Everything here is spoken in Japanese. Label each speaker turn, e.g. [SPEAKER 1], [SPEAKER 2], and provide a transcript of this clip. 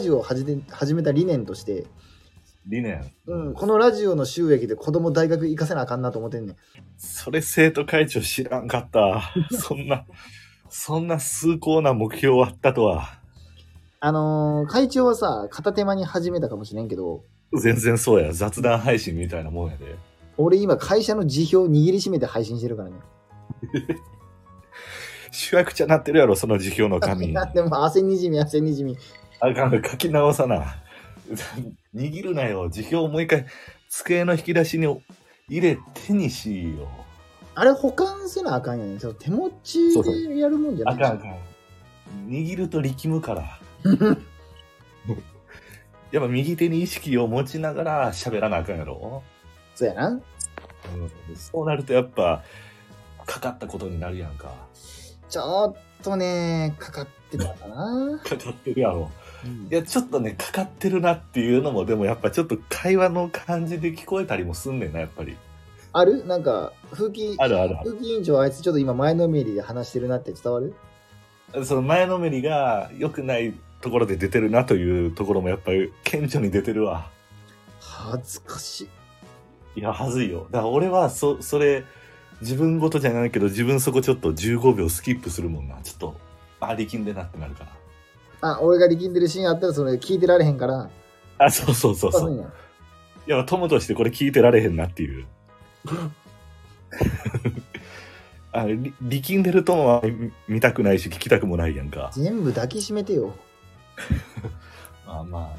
[SPEAKER 1] ジオを始め始めた理念として、
[SPEAKER 2] 理念。
[SPEAKER 1] うん、このラジオの収益で子供大学行かせなあかんなと思ってんねん。
[SPEAKER 2] それ生徒会長知らんか った。そんな、そんな崇高な目標あったとは。
[SPEAKER 1] あのー会長はさ、片手間に始めたかもしれんけど、
[SPEAKER 2] 全然そうや。雑談配信みたいなもんやで。
[SPEAKER 1] 俺今会社の辞表を握りしめて配信してるからね。
[SPEAKER 2] 主役ちゃなってるやろ、その辞表 の紙。あ
[SPEAKER 1] でも汗にじみ汗にじみ。
[SPEAKER 2] かん、書き直さな。握るなよ。辞表をもう一回、机の引き出しに入れ手にしよう。
[SPEAKER 1] あれ保管せなあかんよね。その手持ちでやるもんじゃな
[SPEAKER 2] あ
[SPEAKER 1] い
[SPEAKER 2] かんあかん。握ると力む から。やっぱ右手に意識を持ちながら喋らなあかんやろ、
[SPEAKER 1] そうやな。
[SPEAKER 2] うん、そうなるとやっぱ、かかったことになるやんか。
[SPEAKER 1] ちょっとね、かかってたかな。
[SPEAKER 2] かかってるやろ。
[SPEAKER 1] うん
[SPEAKER 2] いや、ちょっとね、かかってるなっていうのも、でもやっぱちょっと会話の感じで聞こえたりもすんねんな、やっぱり。
[SPEAKER 1] あるなんか、風紀、
[SPEAKER 2] あるあるあ
[SPEAKER 1] 風紀委員長あいつちょっと今前のめりで話してるなって伝わる
[SPEAKER 2] る。その前のめりが良くないところで出てるなというところもやっぱり顕著に出てるわ。
[SPEAKER 1] 恥ずかしい。
[SPEAKER 2] いや、はずいよ。だから俺は、そ、それ、自分ごとじゃないけど、自分そこちょっと15秒スキップするもんな。ちょっと、あ、力んでなってなるから。
[SPEAKER 1] あ、俺が力んでるシーンあったらそれ聞いてられへんから、
[SPEAKER 2] あ、そうそうそう
[SPEAKER 1] そ
[SPEAKER 2] そうう。
[SPEAKER 1] ね
[SPEAKER 2] いや、友としてこれ聞いてられへんなって いう。あ、り力んでる友は見見たくないし、聞きたくもないやんか。
[SPEAKER 1] 全部抱きしめてよ。
[SPEAKER 2] まあまあ、